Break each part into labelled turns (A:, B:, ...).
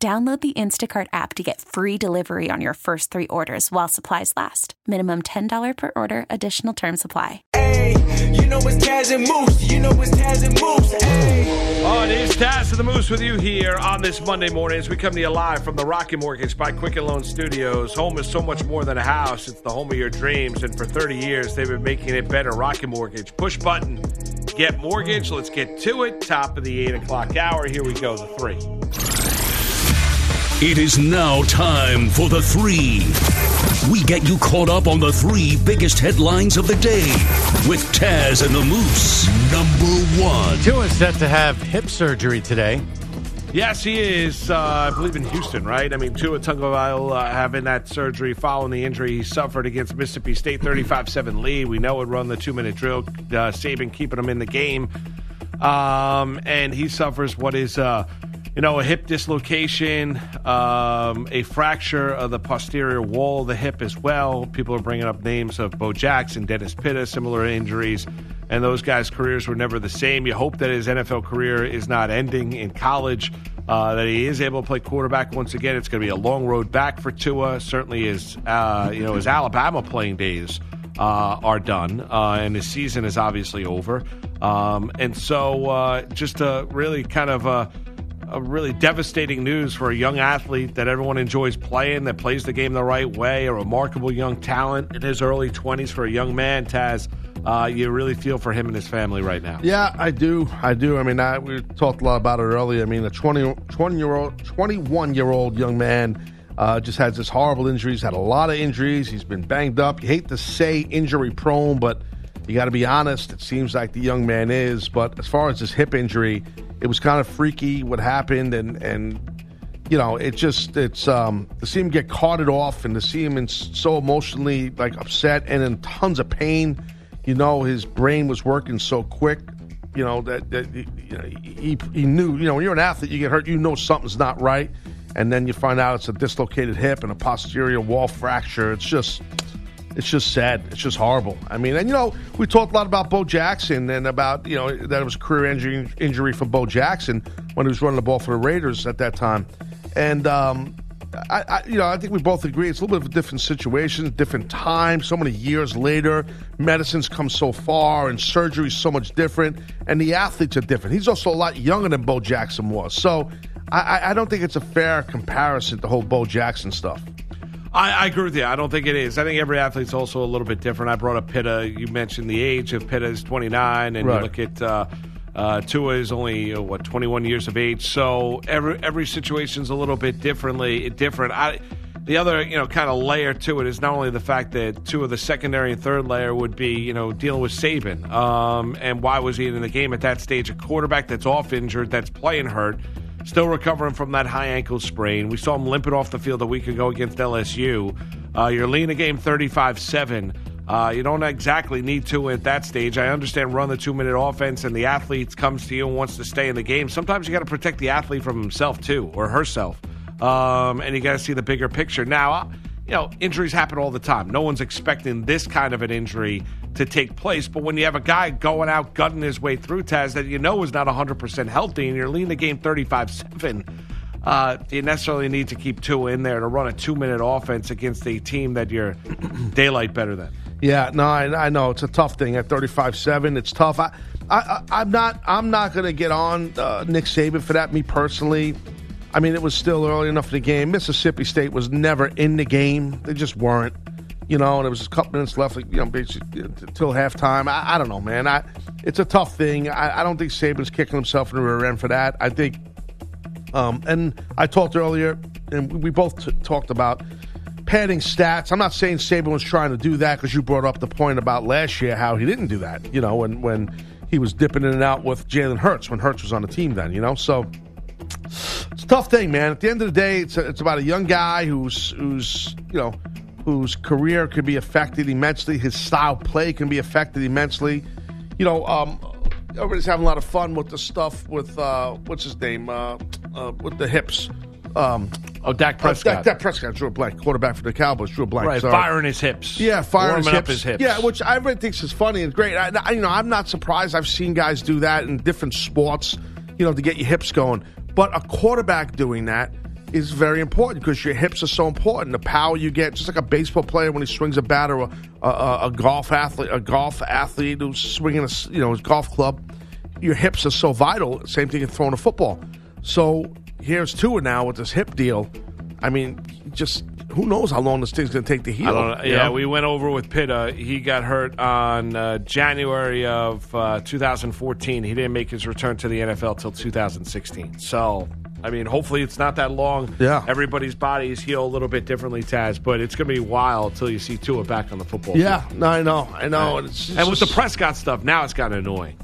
A: Download the Instacart app to get free delivery on your first three orders while supplies last. Minimum $10 per order, additional term supply.
B: Hey, you know it's Taz and Moose. You know it's Taz and Moose. Hey.
C: Oh, it is Taz and the Moose with you here on this Monday morning as we come to you live from the Rocky Mortgage by Quicken Loan Studios. Home is so much more than a house. It's the home of your dreams. And for 30 years, they've been making it better. Rocky Mortgage. Push button. Get mortgage. Let's get to it. Top of the 8 o'clock hour. Here we go. The three.
D: It is now time for the three. We get you caught up on the three biggest headlines of the day with Taz and the Moose. Number one.
E: Two is set to have hip surgery today.
C: Yes, he is. Uh, I believe in Houston, right? I mean, Tua Tagovailoa uh, having that surgery following the injury he suffered against Mississippi State, thirty-five-seven lead. We know it run the two-minute drill, uh, saving keeping him in the game, um, and he suffers what is, uh, you know, a hip dislocation, um, a fracture of the posterior wall of the hip as well. People are bringing up names of Bo Jackson, Dennis Pitta, similar injuries and those guys' careers were never the same. You hope that his NFL career is not ending in college, uh, that he is able to play quarterback once again. It's going to be a long road back for Tua. Certainly, his uh, you know his Alabama playing days uh, are done, uh, and his season is obviously over. Um, and so, uh, just a really kind of a, a really devastating news for a young athlete that everyone enjoys playing, that plays the game the right way, a remarkable young talent in his early 20s for a young man, Taz. Uh, you really feel for him and his family right now.
F: Yeah, I do. I do. I mean, I, we talked a lot about it earlier. I mean, a 20, 20 year old, 21 year old young man uh, just has this horrible injury. He's had a lot of injuries. He's been banged up. You hate to say injury prone, but you got to be honest. It seems like the young man is. But as far as his hip injury, it was kind of freaky what happened. And, and you know, it just, it's, um, to see him get carted off and to see him in s- so emotionally like upset and in tons of pain you know his brain was working so quick you know that, that you know, he, he knew you know when you're an athlete you get hurt you know something's not right and then you find out it's a dislocated hip and a posterior wall fracture it's just it's just sad it's just horrible i mean and you know we talked a lot about bo jackson and about you know that it was a career injury, injury for bo jackson when he was running the ball for the raiders at that time and um I, I, you know, I think we both agree it's a little bit of a different situation, different time. So many years later, medicine's come so far, and surgery's so much different, and the athletes are different. He's also a lot younger than Bo Jackson was, so I, I- I don't think it's a fair comparison. The whole Bo Jackson stuff.
C: I, I agree with you. I don't think it is. I think every athlete's also a little bit different. I brought up Pitta. You mentioned the age of Pitta is 29, and you
F: Right.
C: look at uh, uh, Tua is only uh, what 21 years of age. So every every situation's a little bit differently different. I, the other you know kind of layer to it is not only the fact that two of the secondary and third layer would be you know dealing with Saban um, and why was he in the game at that stage? A quarterback that's off injured, that's playing hurt still recovering from that high ankle sprain. We saw him limping off the field a week ago against LSU. Uh, you're leading a game 35 7. Uh, you don't exactly need to at that stage. I understand run the two minute offense and the athlete comes to you and wants to stay in the game. Sometimes you got to protect the athlete from himself too or herself. Um, and you got to see the bigger picture. Now, I- you know, injuries happen all the time. No one's expecting this kind of an injury to take place. But when you have a guy going out, gutting his way through Taz that you know is not 100% healthy and you're leading the game 35 7, uh, do you necessarily need to keep two in there to run a two minute offense against a team that you're daylight better than?
F: Yeah, no, I, I know it's a tough thing at thirty-five-seven. It's tough. I, I, I, I'm not. I'm not going to get on uh, Nick Saban for that. Me personally, I mean, it was still early enough in the game. Mississippi State was never in the game. They just weren't. You know, and it was a couple minutes left, like, you know, basically until halftime. I, I don't know, man. I, it's a tough thing. I, I don't think Saban's kicking himself in the rear end for that. I think um, and I talked earlier, and we- we both t- talked about padding stats. I'm not saying Saban was trying to do that because you brought up the point about last year how he didn't do that. You know, when when he was dipping in and out with Jalen Hurts when Hurts was on the team. Then you know, so it's tough thing, man. At the end of the day, it's it's about a young guy who's who's you know whose career could be affected immensely. His style of play can be affected immensely. You know, um, everybody's having a lot of fun with the stuff with uh, what's his name uh, uh, with the hips. Um,
C: Oh, Dak
F: uh,
C: Prescott.
F: Dak, Dak Prescott drew a blank. Quarterback for the Cowboys drew a blank.
C: Right,
F: sorry.
C: firing his hips.
F: Yeah,
C: Warming
F: firing his hips.
C: up his hips.
F: Yeah, which I really think is funny and great. I, I- you know, I'm not surprised. I've seen guys do that in different sports, you know, to get your hips going. But a quarterback doing that is very important because your hips are so important. The power you get, just like a baseball player when he swings a bat, or a, a- a, a golf athlete, a golf athlete who's swinging a s- you know his golf club, your hips are so vital. Same thing in throwing a football. So here's Tua now with this hip deal. I mean, just who knows how long this thing's going to take to heal?
C: I don't know.
F: you
C: Yeah,
F: know?
C: we went over with Pitta. He got hurt on uh, January of uh, 2014. He didn't make his return to the NFL till 2016. So, I mean, hopefully it's not that long.
F: Yeah.
C: Everybody's bodies heal a little bit differently, Taz, but it's going to be a while till you see Tua back on the football
F: Yeah,
C: field.
F: no, I know, I know. And, it's
C: And with the
F: just-
C: Prescott stuff, now it's gotten annoying.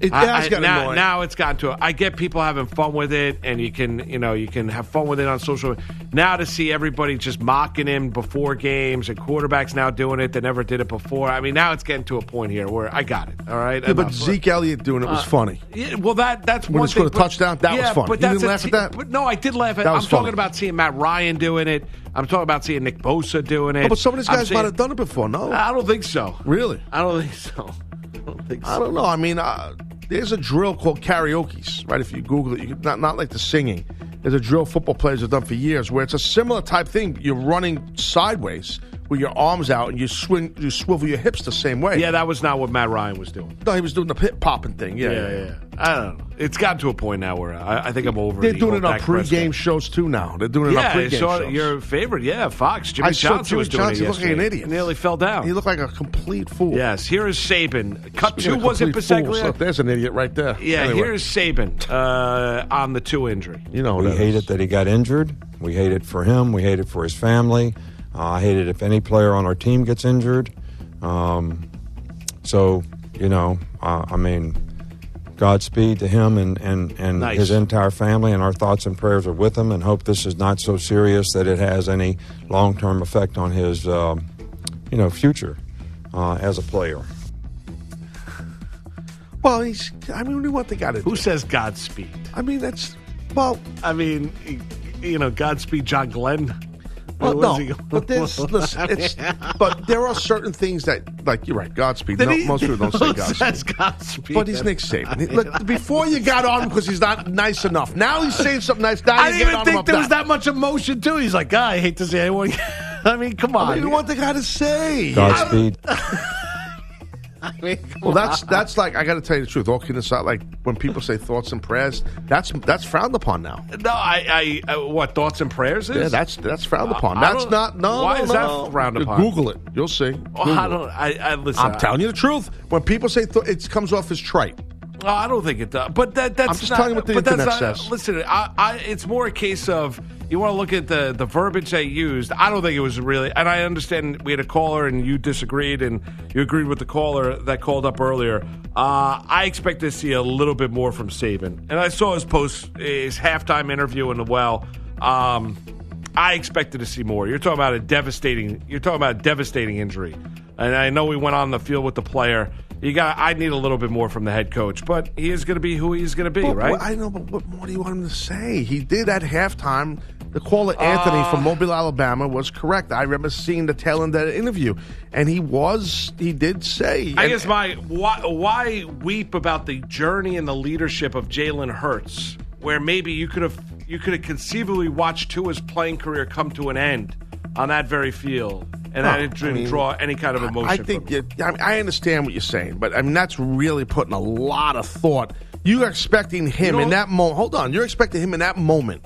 F: it,
C: I-
F: yeah, it's
C: I-
F: gotten
C: now,
F: annoying.
C: now it's gotten to. I get people having fun with it, and you can, you know, you can have fun with it on social. Now to see everybody just mocking him before games, and quarterbacks now doing it that never did it before. I mean, now it's getting to a point here where I got it. All right,
F: Yeah, but
C: Enough.
F: Zeke Elliott doing it was
C: Uh,
F: funny.
C: Yeah, well, that that's
F: When
C: one
F: he
C: thing.
F: scored a
C: but-
F: touchdown, that was
C: yeah,
F: fun.
C: But
F: You
C: that's
F: didn't
C: a
F: laugh
C: te-
F: at that?
C: But no, I did laugh at.
F: That
C: I'm
F: was funny.
C: talking about seeing Matt Ryan doing it. I'm talking about seeing Nick Bosa doing it.
F: Oh, but some of these
C: I'm
F: guys
C: seeing-
F: might have done it before. No,
C: I don't think so.
F: Really?
C: I don't think so. I don't think so.
F: I don't know. I mean, uh, there's a drill called karaoke's, right? If you Google it, you could, not not like the singing. There's a drill football players have done for years where it's a similar type thing. You're running sideways with your arms out and you swing, you swivel your hips the same way.
C: Yeah, that was not what Matt Ryan was doing.
F: no, he was doing the hip popping thing. Yeah,
C: yeah, yeah. I don't know. It's gotten to a point now where I, I think I'm over.
F: They're
C: the
F: doing
C: whole
F: it on
C: Dak Prescott.
F: pregame shows too now. They're doing it
C: Yeah,
F: on pregame
C: I saw
F: shows.
C: your favorite. Yeah, Fox. Jimmy
F: I saw
C: Johnson
F: Jimmy
C: was doing
F: Johnson
C: it
F: looked like an
C: yesterday.
F: idiot.
C: Nearly fell down.
F: He looked like a complete fool.
C: yes. Here is Saban. Cut
F: Speaking
C: two
F: of
C: was it
F: complete fools,
C: Paseglia?
F: look, There's an idiot right there.
C: Yeah.
F: Anyway,
C: Here is Saban uh, on the two injury.
F: you know who
G: We
F: that
G: hate
F: is.
G: it that he got injured. We hate it for him. We hate it for his family. Uh, I hate it if any player on our team gets injured. Um, so, you know, uh, I mean, Godspeed to him and, and, and
C: Nice.
G: his entire family, and our thoughts and prayers are with him, and hope this is not so serious that it has any long term effect on his, um, you know, future uh, as a player.
F: Well, he's. I mean, what do you want the guy to
C: Who
F: do?
C: says Godspeed?
F: I mean, that's. Well,
C: I mean, you know, Godspeed, John Glenn.
F: well
C: What was
F: no.
C: he-
F: But there's. Listen, it's, but there are certain things that, like, you're right. Godspeed.
C: Did
F: No,
C: he-
F: most people don't say
C: who
F: Godspeed.
C: says Godspeed?
F: But he's Nick Saban. He- Look, before you got on him because he's not nice enough. Now he's saying something nice. Now
C: I didn't
F: you get
C: even
F: on him
C: think
F: about
C: there was that much emotion too. He's like, "God, I hate to say anyone. I mean, come on.
F: What do you want the guy to say?
G: Godspeed.
C: I mean, come
F: Well, that's that's like I got to tell you the truth. All kidding aside, like when people say thoughts and prayers, that's that's frowned upon now.
C: on. no, I, I, uh, what thoughts and prayers is?
F: Yeah, that's that's frowned
C: I-
F: upon.
C: I
F: That's
C: don't-
F: not no.
C: why
F: no,
C: is that
F: no.
C: frowned
F: You
C: upon?
F: Google it. You'll see.
C: Oh,
F: Google
C: I
F: it.
C: don't. I, I listen.
F: I'm telling you the truth. When people say th- it comes off as trite,
C: Oh, I don't think it does. But that, that's
F: I'm just
C: not,
F: telling you what the
C: but that's
F: internet
C: not-
F: says.
C: Listen, I, I, it's more a case of you want to look at the the verbiage they used. I don't think it was really. And I understand we had a caller and you disagreed and you agreed with the caller that called up earlier. Uh, I expect to see a little bit more from Saban. And I saw his post, his halftime interview in the well. Um, I expected to see more. You're talking about a devastating. You're talking about a devastating injury, and I know we went on the field with the player. You got. I need a little bit more from the head coach, but he is going to be who he's going to be,
F: But
C: right?
F: what- I know, but what more do you want him to say? He did at halftime. The caller Anthony from Mobile, Alabama, was correct. I remember seeing the tail end of that interview, and he was he did say.
C: I
F: and-
C: guess my why, why weep about the journey and the leadership of Jalen Hurts, where maybe you could have you could have conceivably watched Tua's playing career come to an end on that very field, and I
F: No,
C: didn't
F: I mean,
C: draw any kind of emotion.
F: I
C: from
F: think
C: it.
F: you, I, mean, I understand what you're saying, but I mean that's really putting a lot of thought. You're expecting him
C: You
F: in
C: know-
F: that moment. Hold on, you're expecting him in that moment,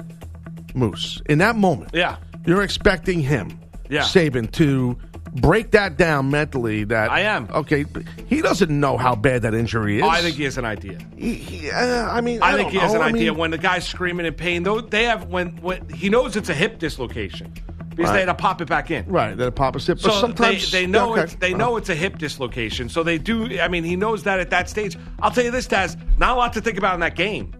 F: Moose. In that moment,
C: Yeah.
F: you're expecting him,
C: Yeah.
F: Saban to break that down mentally. That
C: I am.
F: okay. but He doesn't know how bad that injury is.
C: Oh, I think he has an idea.
F: He, he- uh, I mean, I,
C: I, think
F: don't
C: he has
F: know.
C: an
F: I
C: idea
F: mean,
C: when the guy's screaming in pain. Though they have when, when he knows it's a hip dislocation because they had to pop it back in.
F: right that it pop a sip.
C: So
F: but sometimes
C: they, they know
F: okay,
C: it's, they
F: uh,
C: know it's a hip dislocation. So they do. I mean, he knows that at that stage. I'll tell you this, Taz. Not a lot to think about in that game.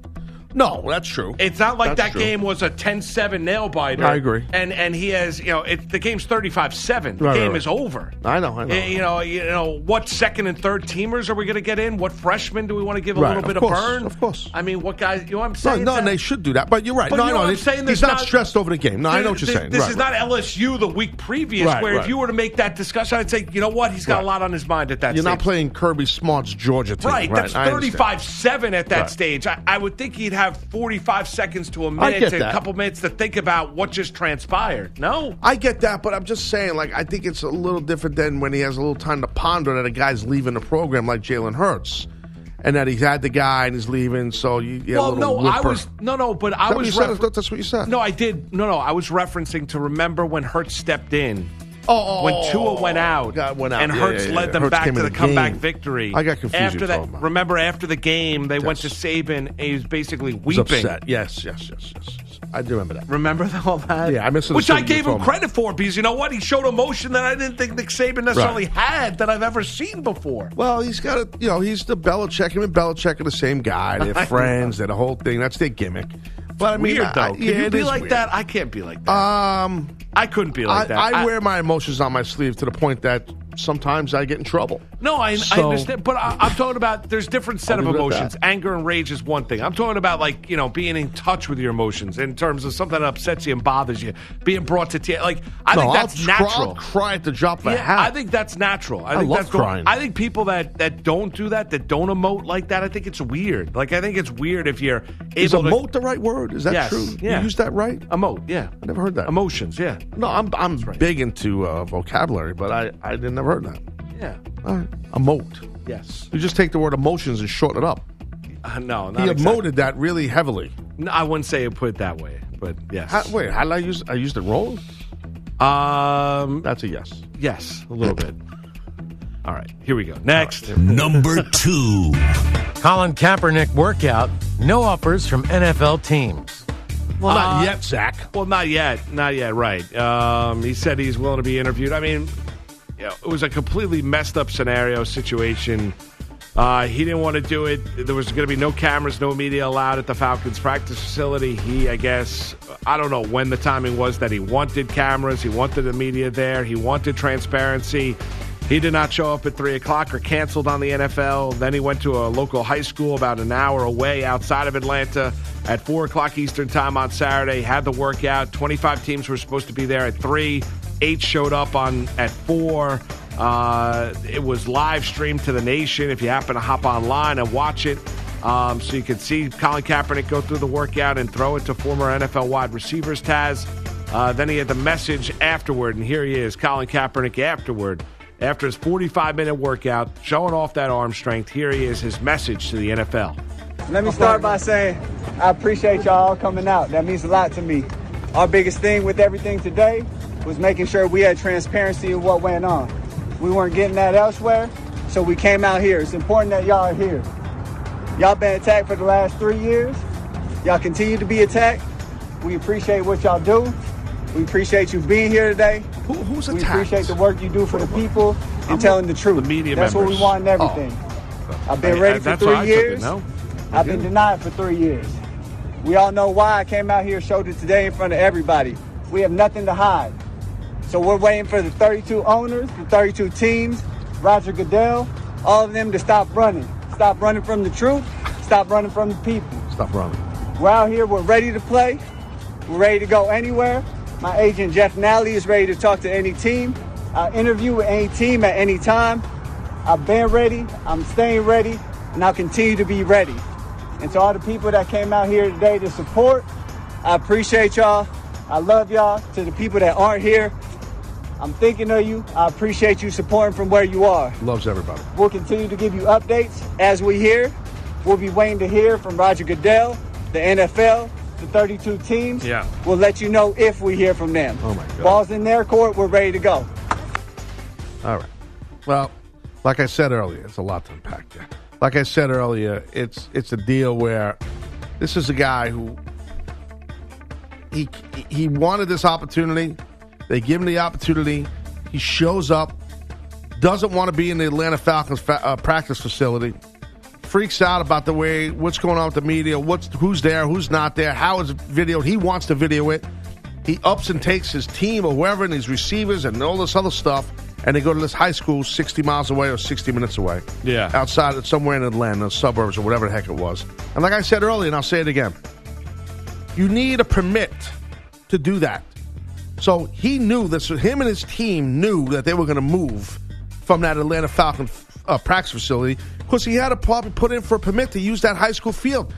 F: No, that's true.
C: It's not like
F: That's
C: that
F: true.
C: game was a 10-7 nail biter.
F: I agree.
C: And and he has, you know, it, the game's 35-7. The
F: Right, right,
C: game
F: right.
C: is over.
F: I know, I know.
C: Eh, You know, you know what second and third teamers are we going to get in? What freshmen do we want to give a
F: Right,
C: little
F: of
C: bit
F: course,
C: of burn?
F: of course.
C: I mean, what guys? You know, what I'm
F: No,
C: saying
F: no,
C: That-
F: and they should do that. But you're right.
C: But
F: no,
C: you know
F: no,
C: what I'm
F: he's-
C: saying? There's
F: he's not
C: not-
F: stressed over the game. No, I know what you're
C: Th-
F: saying.
C: This
F: Right,
C: is
F: right.
C: not LSU the week previous,
F: Right,
C: where if
F: right.
C: you were to make that discussion, I'd say, you know what, he's got
F: Right.
C: a lot on his mind at that.
F: You're
C: stage.
F: not playing Kirby Smart's Georgia team.
C: Right, that's
F: I understand.
C: 35 7 at that
F: Right.
C: stage. I, I would think he'd have 45 seconds to a
F: get
C: minute, to a
F: that.
C: couple minutes to think about what just transpired. No?
F: I get that, but I'm just saying, like, I think it's a little different than when he has a little time to ponder that a guy's leaving the program, like Jalen Hurts, and that he's had the guy and he's leaving. So you, you had a
C: well,
F: little
C: no, I
F: whimper.
C: was. No, no, but I
F: That
C: was.
F: you said-
C: refer-
F: that's what you said.
C: No, I did. No, no, I was referencing to remember when Hertz stepped in.
F: Oh,
C: when Tua went out,
F: God, went out.
C: and
F: Yeah,
C: Hertz
F: yeah, yeah,
C: led
F: yeah.
C: them
F: Hurts
C: back
F: came
C: to
F: in
C: the
F: the
C: comeback
F: game.
C: victory.
F: I got confused
C: After
F: you were
C: that,
F: talking about.
C: remember after the game, they went to
F: Yes.
C: Saban. And he was basically
F: He's
C: weeping.
F: upset. Yes, yes, yes, yes, yes. I do remember that.
C: Remember the- all that?
F: Yeah, I misunderstood
C: Which I
F: what you
C: gave him
F: told me.
C: credit for because you know what? He showed emotion that I didn't think Nick Saban necessarily had that I've ever seen before.
F: Well, he's got a, you know, he's the Belichick. Him and Belichick are the same guy. They're friends. They're the whole thing. That's their gimmick. But I mean,
C: weird
F: I-
C: though.
F: I-
C: Can
F: yeah,
C: you
F: it
C: be
F: is
C: like
F: weird.
C: that? I can't be like that.
F: Um,
C: I couldn't be like that.
F: I, I wear my emotions on my sleeve to the point that sometimes I get in trouble.
C: No, I, I
F: So-
C: understand, but I, I'm talking about there's different set
F: I'll
C: of
F: leave it at
C: emotions.
F: that.
C: Anger and rage is one thing. I'm talking about like you know being in touch with your emotions in terms of something that upsets you and bothers you, being brought to tears. Like I
F: No,
C: think that's
F: I'll cry-
C: natural.
F: I'll cry at the drop of a
C: Yeah,
F: hat.
C: I think that's natural. I, think
F: love
C: that's the-
F: crying.
C: I think people that that don't do that, that don't emote like that, I think it's weird. Like I think it's weird if you're
F: is
C: able
F: emote
C: to
F: the right word? Is that
C: Yes,
F: true?
C: yeah.
F: You use that right?
C: emote. Yeah,
F: I never heard that.
C: Emotions. Yeah,
F: No, I'm I'm big into uh, vocabulary, but I I didn't never heard that.
C: yeah,
F: All right. Emote.
C: yes.
F: You just take the word emotions and shorten it up.
C: Uh, no,
F: He
C: not
F: emoted
C: exactly.
F: that really heavily.
C: No, I wouldn't say it put it that way, but yes.
F: How, wait, how did I use? I used it wrong.
C: Um.
F: That's a yes.
C: Yes, a little bit. All right, here we go. Next.
D: Number two.
E: Colin Kaepernick workout. No offers from NFL teams.
C: Well, not
F: Uh, yep, Zach.
C: Well, not yet. Not yet. Right. Um, he said he's willing to be interviewed. I mean, you know, it was a completely messed up scenario situation. Uh, he didn't want to do it. There was going to be no cameras, no media allowed at the Falcons practice facility. He, I guess, I don't know when the timing was that he wanted cameras. He wanted the media there. He wanted transparency. He did not show up at 3 o'clock or canceled on the NFL. Then he went to a local high school about an hour away outside of Atlanta at 4 o'clock Eastern Time on Saturday. Had the workout. 25 teams were supposed to be there at 3. Eight showed up on at 4. Uh, it was live streamed to the nation if you happen to hop online and watch it. Um, so you could see Colin Kaepernick go through the workout and throw it to former NFL wide receivers, Taz. Uh, then he had the message afterward, and here he is, Colin Kaepernick afterward. After his 45 minute workout, showing off that arm strength, here he is, his message to the NFL.
H: Let me start by saying I appreciate y'all coming out. That means a lot to me. Our biggest thing with everything today was making sure we had transparency in what went on. We weren't getting that elsewhere, so we came out here. It's important that y'all are here. Y'all been attacked for the last three years. Y'all continue to be attacked. We appreciate what y'all do. We appreciate you being here today.
F: Who, who's
H: We
F: attacked?
H: appreciate the work you do for the people and telling the truth.
C: the media
H: That's
C: members.
H: what we want in
F: Oh.
H: everything. I've been
C: I- I-
H: ready for
C: uh, that's how I
H: three
C: took it,
H: years.
C: no?
H: I've been denied for three years. We all know why I came out here, showed it today in front of everybody. We have nothing to hide. So we're waiting for the 32 owners, the 32 teams, Roger Goodell, all of them to stop running. Stop running from the truth. Stop running from the people.
F: Stop running.
H: We're out here. We're ready to play. We're ready to go anywhere. My agent Jeff Nally is ready to talk to any team. I interview with any team at any time. I've been ready. I'm staying ready, and I'll continue to be ready. And to all the people that came out here today to support, I appreciate y'all. I love y'all. To the people that aren't here, I'm thinking of you. I appreciate you supporting from where you are.
F: Loves everybody.
H: We'll continue to give you updates as we hear. We'll be waiting to hear from Roger Goodell, the NFL, the 32 teams.
C: Yeah.
H: We'll let you know if we hear from them.
F: Oh, my God.
H: Ball's in their court. We're ready to go.
F: All right. Well, like I said earlier, it's a lot to unpack there. Like I said earlier, it's it's a deal where this is a guy who he he wanted this opportunity. They give him the opportunity. He shows up, doesn't want to be in the Atlanta Falcons fa- uh, practice facility. freaks out about the way what's going on with the media, what's who's there, who's not there, how it's videoed. He wants to video it. He ups and takes his team or whoever and his receivers and all this other stuff, and they go to this high school 60 miles away or 60 minutes away.
C: Yeah.
F: Outside, somewhere in Atlanta, suburbs, or whatever the heck it was. And like I said earlier, and I'll say it again, you need a permit to do that. So he knew this. Him and his team knew that they were going to move from that Atlanta Falcon uh, practice facility because he had to probably put in for a permit to use that high school field.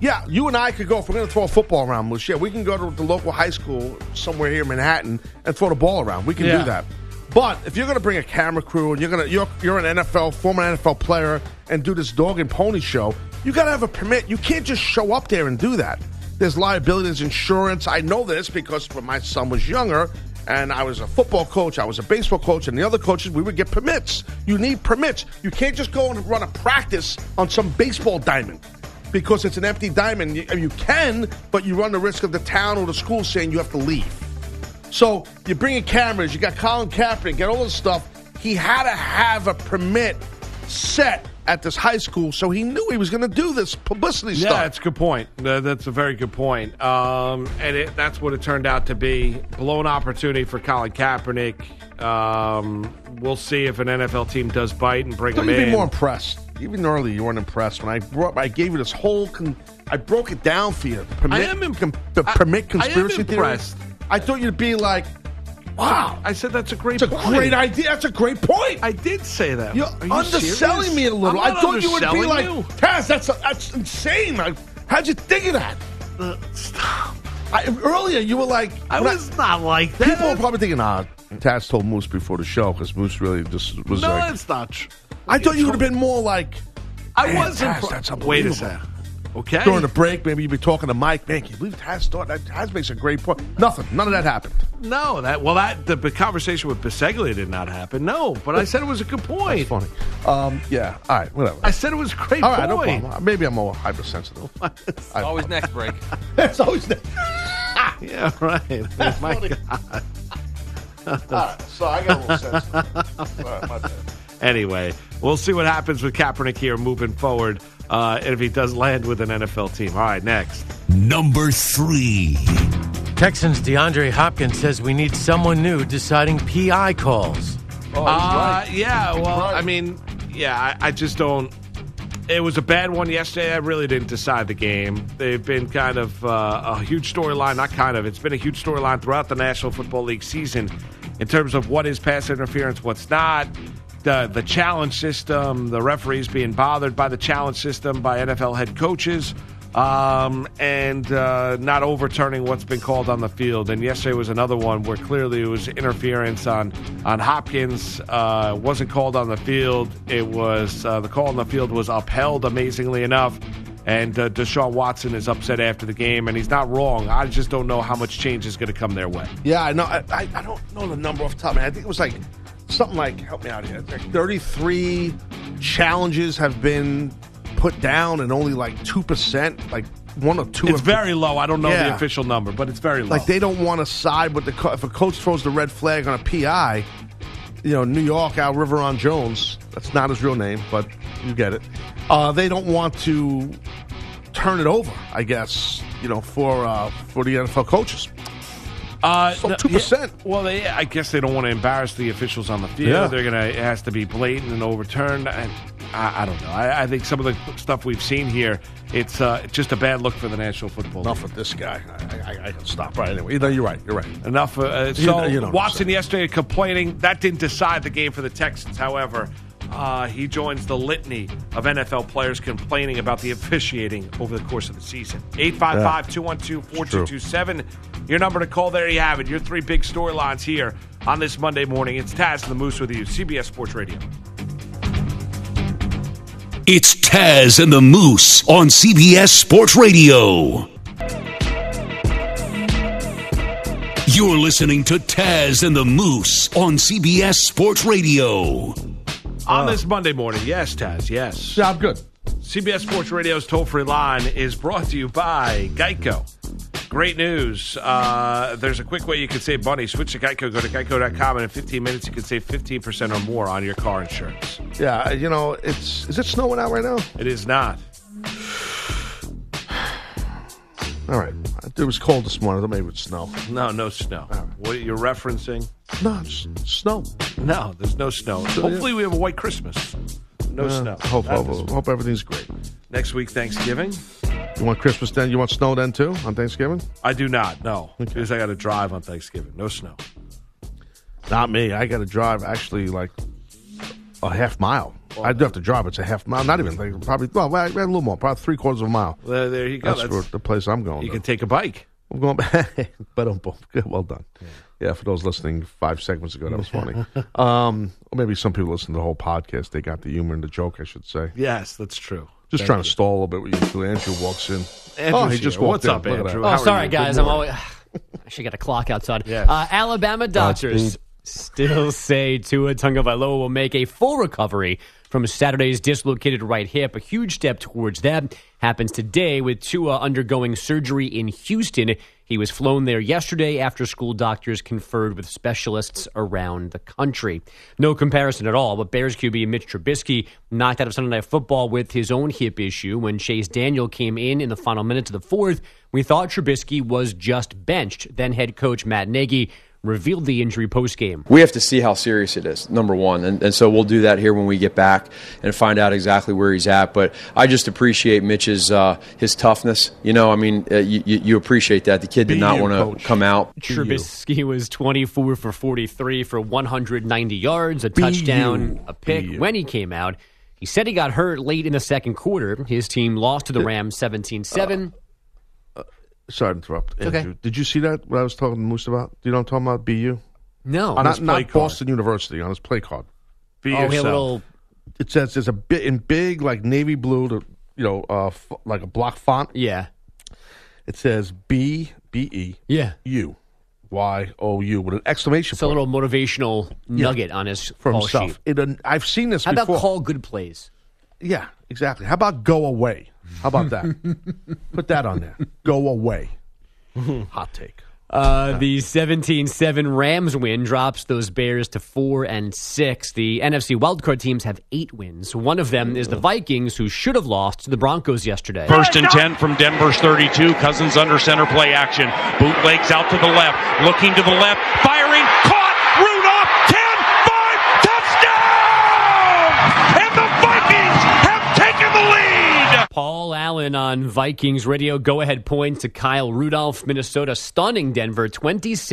F: Yeah, you and I could go if we're going to throw a football around, Moose. Yeah, we can go to the local high school somewhere here in Manhattan and throw the ball around. We can
C: Yeah.
F: do that. But if you're going to bring a camera crew and you're going to you're, you're an NFL former NFL player and do this dog and pony show, you got to have a permit. You can't just show up there and do that. There's liability, there's insurance. I know this because when my son was younger and I was a football coach, I was a baseball coach, and the other coaches, we would get permits. You need permits. You can't just go and run a practice on some baseball diamond because it's an empty diamond. You, you can, but you run the risk of the town or the school saying you have to leave. So you're bringing cameras. You got Colin Kaepernick, get all this stuff. He had to have a permit set at this high school, so he knew he was going to do this publicity
C: Yeah,
F: stuff.
C: that's a good point. Tha- That's a very good point. Um, and it, that's what it turned out to be. Blown opportunity for Colin Kaepernick. Um, we'll see if an NFL team does bite and bring
F: Don't
C: him
F: you be
C: in.
F: more impressed? Even earlier, you weren't impressed when I brought. I gave you this whole. Con- I broke it down for you. Permit,
C: am im-
F: com- the
C: I- I
F: permit
C: am
F: conspiracy theory.
C: impressed.
F: I thought you'd be like, "Wow,
C: I said that's a great
F: it's a
C: point.
F: great idea. That's a great point."
C: I did say that.
F: You're
C: Are you
F: underselling
C: serious?
F: me a little.
C: I'm
F: I
C: not
F: thought you would be
C: underselling
F: like,
C: you.
F: Taz, that's, that's insane. I, how'd you think of that?
C: Uh, stop.
F: I, earlier, you were like,
C: I
F: when
C: was not like that.
F: People are probably thinking, ah, Taz told Moose before the show because Moose really just was
C: no,
F: like.
C: that's not true.
F: I thought you would have been more like
C: I
F: Man,
C: wasn't.
F: Taz, that's
C: Wait a
F: unbelievable.
C: second. Okay.
F: during the break. Maybe you'd be talking to Mike. Man, can you believe Taz thought that? Taz makes a great point. Nothing. None of that happened.
C: no, that well, that the, the conversation with Biseglia did not happen. No, but I said it was a good point.
F: Funny. Um, yeah. All right. Whatever.
C: I said it was a great
F: All right. No
C: point.
F: problem. Maybe I'm more hypersensitive.
I: Always next break.
F: it's always that.
C: Yeah, right. My
F: funny.
C: God.
F: All right. So I got a little sensitive. All right, my bad.
C: Anyway, we'll see what happens with Kaepernick here moving forward, uh, and if he does land with an NFL team. All right, next.
D: Number three.
E: Texans DeAndre Hopkins says we need someone new deciding PI calls.
C: Uh, yeah, well, I mean, yeah, I, I just don't. It was a bad one yesterday. That really didn't decide the game. They've been kind of uh, a huge storyline, not kind of, it's been a huge storyline throughout the National Football League season in terms of what is pass interference, what's not, the, the challenge system, the referees being bothered by the challenge system by NFL head coaches, um, and uh, not overturning what's been called on the field. And yesterday was another one where clearly it was interference on on Hopkins. Uh, wasn't called on the field. It was uh, the call on the field was upheld amazingly enough. And uh, Deshaun Watson is upset after the game, and he's not wrong. I just don't know how much change is going to come their way.
F: Yeah, I know. I, I, I don't know the number off the top. of my head. I think it was like something like help me out here. It's Like Thirty-three challenges have been put down, and only like two percent, like one or two.
C: It's
F: have-
C: very low. I don't know the
F: Yeah.
C: official number, but it's very low.
F: like they don't want to side with the co- if a coach throws the red flag on a PI. You know, New York, Al Riveron Jones. That's not his real name, but you get it. Uh, they don't want to turn it over. I guess you know for uh, for the NFL coaches.
C: Uh,
F: So
C: no,
F: 2%.
C: yeah. well, they, I guess they don't want to embarrass the officials on the field.
F: Yeah.
C: They're gonna it has to be blatant and overturned. And I, I don't know. I, I think some of the stuff we've seen here, it's uh, just a bad look for the National Football
F: Enough
C: League.
F: with this guy. I, I, I can stop right anyway. No, you're right. You're right.
C: Enough. Uh, so
F: you know what I'm
C: Watson
F: saying.
C: yesterday complaining that didn't decide the game for the Texans. However. Uh, he joins the litany of NFL players complaining about the officiating over the course of the season. 855 212 4227. Your number to call. There you have it. Your three big storylines here on this Monday morning. It's Taz and the Moose with you, CBS Sports Radio.
D: It's Taz and the Moose on CBS Sports Radio. You're listening to Taz and the Moose on CBS Sports Radio.
C: On
F: Oh.
C: this Monday morning, yes, Taz, yes.
F: Yeah, I'm good.
C: CBS Sports Radio's toll free line is brought to you by Geico. Great news. Uh, there's a quick way you can save money. Switch to Geico. Go to geico.com, and in 15 minutes, you can save 15% or more on your car insurance.
F: Yeah, you know, it's is it snowing out right now?
C: It is not.
F: All right, it was cold this morning. I thought maybe it would snow.
C: No, no snow. What you're referencing?
F: No, it's snow.
C: No, there's no snow. Hopefully, we have a white Christmas. No
F: Uh,
C: snow.
F: Hope,
C: Not
F: hope,
C: this-
F: hope everything's great.
C: Next week, Thanksgiving.
F: You want Christmas then? You want snow then too on Thanksgiving?
C: I do not. No, because I got to drive on Thanksgiving. No snow.
F: Not me. I got to drive actually like a half mile. I do have to drive. It's a half mile. Not even like probably well, well, a little more. Probably three quarters of a mile.
C: There, there you go.
F: That's,
C: That's-
F: where the place I'm going.
C: you
F: to.
C: can take a bike.
F: I'm going back. but um, boom. Good, well done. Yeah. for those listening five segments ago, that was funny. um, or maybe some people listen to the whole podcast. They got the humor and the joke, I should say.
C: Yes, that's true.
F: Just trying to stall a little bit with you. till Andrew walks in. oh, he
C: Andrew's
F: just
C: here. What's
F: walked in.
C: up,
F: Look at that.
C: Andrew? How
H: Oh,
C: are
H: sorry,
C: you?
H: guys.
C: Good
H: I'm
C: morning.
H: always. I should get a clock outside.
C: Yes.
H: Uh, Alabama doctors
J: Godspeed.
H: still say Tua Tagovailoa will make a full recovery from Saturday's dislocated right hip. A huge step towards that happens today with Tua undergoing surgery in Houston. He was flown there yesterday after school doctors conferred with specialists around the country. No comparison at all, but Bears QB Mitch Trubisky knocked out of Sunday Night Football with his own hip issue when Chase Daniel came in in the final minutes of the fourth. We thought Trubisky was just benched. Then head coach Matt Nagy revealed the injury postgame.
K: we have to see how serious it is number one and, and so we'll do that here when we get back and find out exactly where he's at but i just appreciate mitch's uh, his toughness you know i mean uh, you, you you appreciate that the kid did
F: Be
K: not
F: you,
K: want
F: coach.
K: to come out
H: Trubisky was 24 for 43 for 190 yards, a touchdown, a pick when he came out. He said he got hurt late in the second quarter. His team lost to the Rams 17 7.
F: Sorry to interrupt.
H: okay.
F: Andrew. Did you see that? What I was talking to Moose about? Do you know what I'm talking about? BU?
H: No.
C: on his
F: Not,
C: play
F: not
C: card.
F: Boston University, on his play card.
C: Be
H: Oh, he had a
C: yourself.
H: little.
F: It says there's a bit in big, like navy blue, to, you know, uh, f- like a block font.
H: Yeah.
F: It says B B E
H: Yeah.
F: U Y O U with an exclamation
H: It's a
F: point
H: little motivational nugget on his
F: for
H: call
F: himself.
H: sheet.
F: It, an- I've seen this
H: How about
F: before.
H: call good plays?
F: Yeah, exactly. How about go away? How about that? Put that on there. Go away. Hot take.
H: Uh, the 17-7 Rams win drops those Bears to 4 and 6. The NFC wildcard teams have 8 wins. One of them is the Vikings who should have lost to the Broncos yesterday.
D: First and 10 from Denver's 32. Cousins under center play action. Bootlegs out to the left. Looking to the left. Firing. Caught. Rudolph. 10 5. Touchdown! And the Vikings have taken the lead.
H: Paul Allen on Vikings radio go ahead point to Kyle Rudolph, Minnesota stunning Denver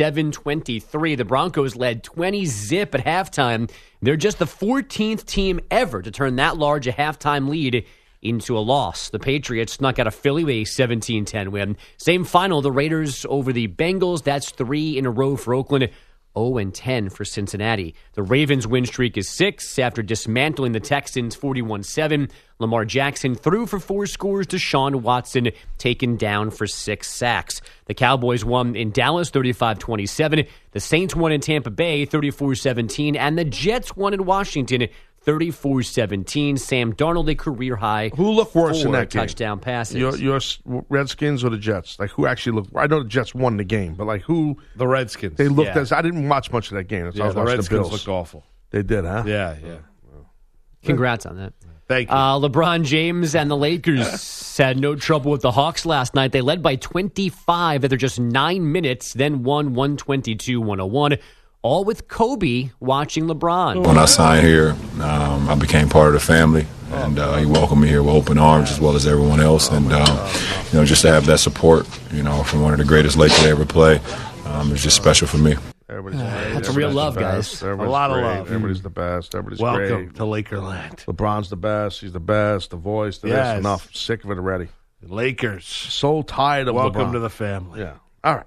H: 27-23. The Broncos led 20 zip at halftime. They're just the 14th team ever to turn that large a halftime lead into a loss. The Patriots snuck out of Philly with a 17-10 win. Same final, the Raiders over the Bengals. That's 3 in a row for Oakland. 0 and 10 for Cincinnati. The Ravens' win streak is six after dismantling the Texans 41 7. Lamar Jackson threw for four scores to Sean Watson, taken down for six sacks. The Cowboys won in Dallas 35 27. The Saints won in Tampa Bay 34 17. And the Jets won in Washington 34 17. Sam Darnold, a career high.
F: Who looked worse in
H: four
F: that game?
H: touchdown passes.
F: Your, your s- Redskins or the Jets? Like who actually looked? I know the Jets won the game, but like who
C: The Redskins.
F: they looked
H: Yeah.
F: as? I didn't watch much of that game. That's why
C: yeah, the
F: I was watching
C: Redskins
F: the Bills.
C: looked awful.
F: They did, huh?
C: Yeah, yeah.
H: Congrats on that.
C: Thank you.
H: Uh, LeBron James and the Lakers had no trouble with the Hawks last night. They led by 25 after just nine minutes, then won 122 101, all with Kobe watching LeBron.
D: When I signed here, um, I became part of the family, and uh, he welcomed me here with open arms as well as everyone else. And um, you know, just to have that support, you know, from one of the greatest Lakers to ever play, um, is just special for me.
F: Everybody's great.
H: That's real
F: Everybody's
H: love,
F: the best.
H: guys.
F: Everybody's
C: A lot of
F: great.
C: love.
F: Everybody's the best. Everybody's
C: Welcome
F: great.
C: to Lakerland.
F: LeBron's the best. He's the best. The voice. The
C: Yes.
F: this. Enough. Sick of it already.
C: Lakers.
F: So tired of
C: Welcome
F: LeBron.
C: to the family.
F: yeah. All right.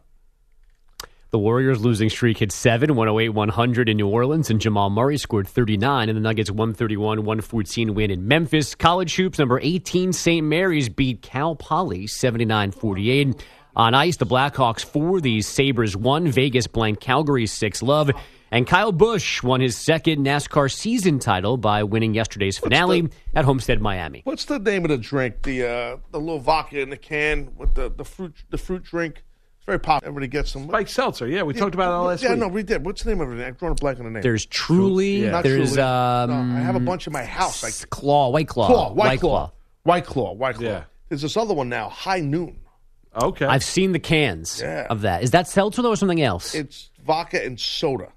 H: The Warriors' losing streak hit 7, 108 100 in New Orleans, and Jamal Murray scored 39 in the Nuggets 131 114 win in Memphis. College Hoops number 18, St. Mary's beat Cal Poly 79 48. On ice, the Blackhawks 4, the Sabres 1, Vegas blank Calgary 6 love. And Kyle Busch won his second NASCAR season title by winning yesterday's finale at Homestead, Miami.
F: What's the name of the drink? The uh, the little vodka in the can with the, the fruit the fruit drink. It's very popular. Everybody gets them.
C: Spike Seltzer. Yeah, we talked about that last
F: yeah,
C: week.
F: Yeah, no, we did. What's the name of it? I'm drawing a blank on the name.
L: There's Truly.
F: Not
L: There's
F: Truly.
L: um,
F: No, I have a bunch in my house. Like
L: Claw, White Claw,
F: Claw, White, Claw. White Claw, White Claw. There's this other one now, High Noon.
C: Okay.
L: I've seen the cans
F: Yeah.
L: of that. Is that seltzer though, or something else?
F: It's vodka and soda.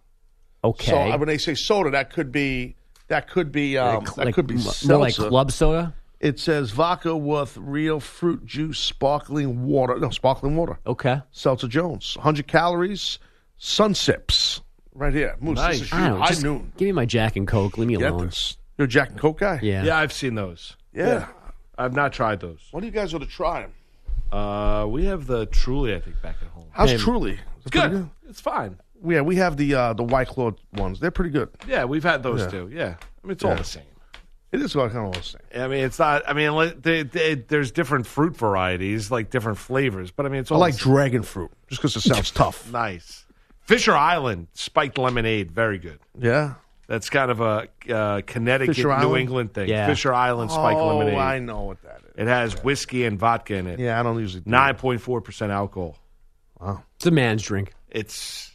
L: okay.
F: So uh, when they say soda, that could be that could be um, that
L: like
F: could be
L: m- more like
F: seltzer.
L: club soda.
F: It says vodka with real fruit juice, sparkling water. No, sparkling water.
L: Okay.
F: Seltzer Jones, 100 calories, sun sips. Right here. Moose,
C: Nice.
F: this is you.
L: I don't know,
F: High
L: just
F: noon.
L: Give me my Jack and Coke. Leave me
F: Get
L: alone.
F: this. You're a Jack and Coke guy?
L: Yeah.
C: Yeah, I've seen those.
F: Yeah.
C: I've not tried those.
F: One of you guys ought to try them.
C: Uh, we have the Truly, I think, back at home.
F: How's
C: Maybe.
F: Truly? It's
C: good. It's fine.
F: Yeah, we have the uh, the White Claw ones. They're pretty good.
C: Yeah, we've had those
F: Yeah.
C: two. Yeah, I mean, it's all
F: Yeah.
C: the same.
F: It is kind of all the same.
C: I mean, it's not. I mean, like, they, they, there's different fruit varieties, like different flavors, but I mean, it's
F: I
C: all
F: like
C: the same.
F: dragon fruit just because it sounds tough.
C: nice. Fisher Island spiked lemonade, very good.
F: Yeah.
C: That's kind of a uh, Connecticut,
F: Fisher
C: New
F: Island?
C: England thing.
F: Yeah.
C: Fisher Island spiked
F: Oh,
C: lemonade.
F: I know what that is.
C: It has whiskey and vodka in it.
F: Yeah, I don't usually do
C: Nine point four percent alcohol.
F: Wow,
L: it's a man's drink.
C: It's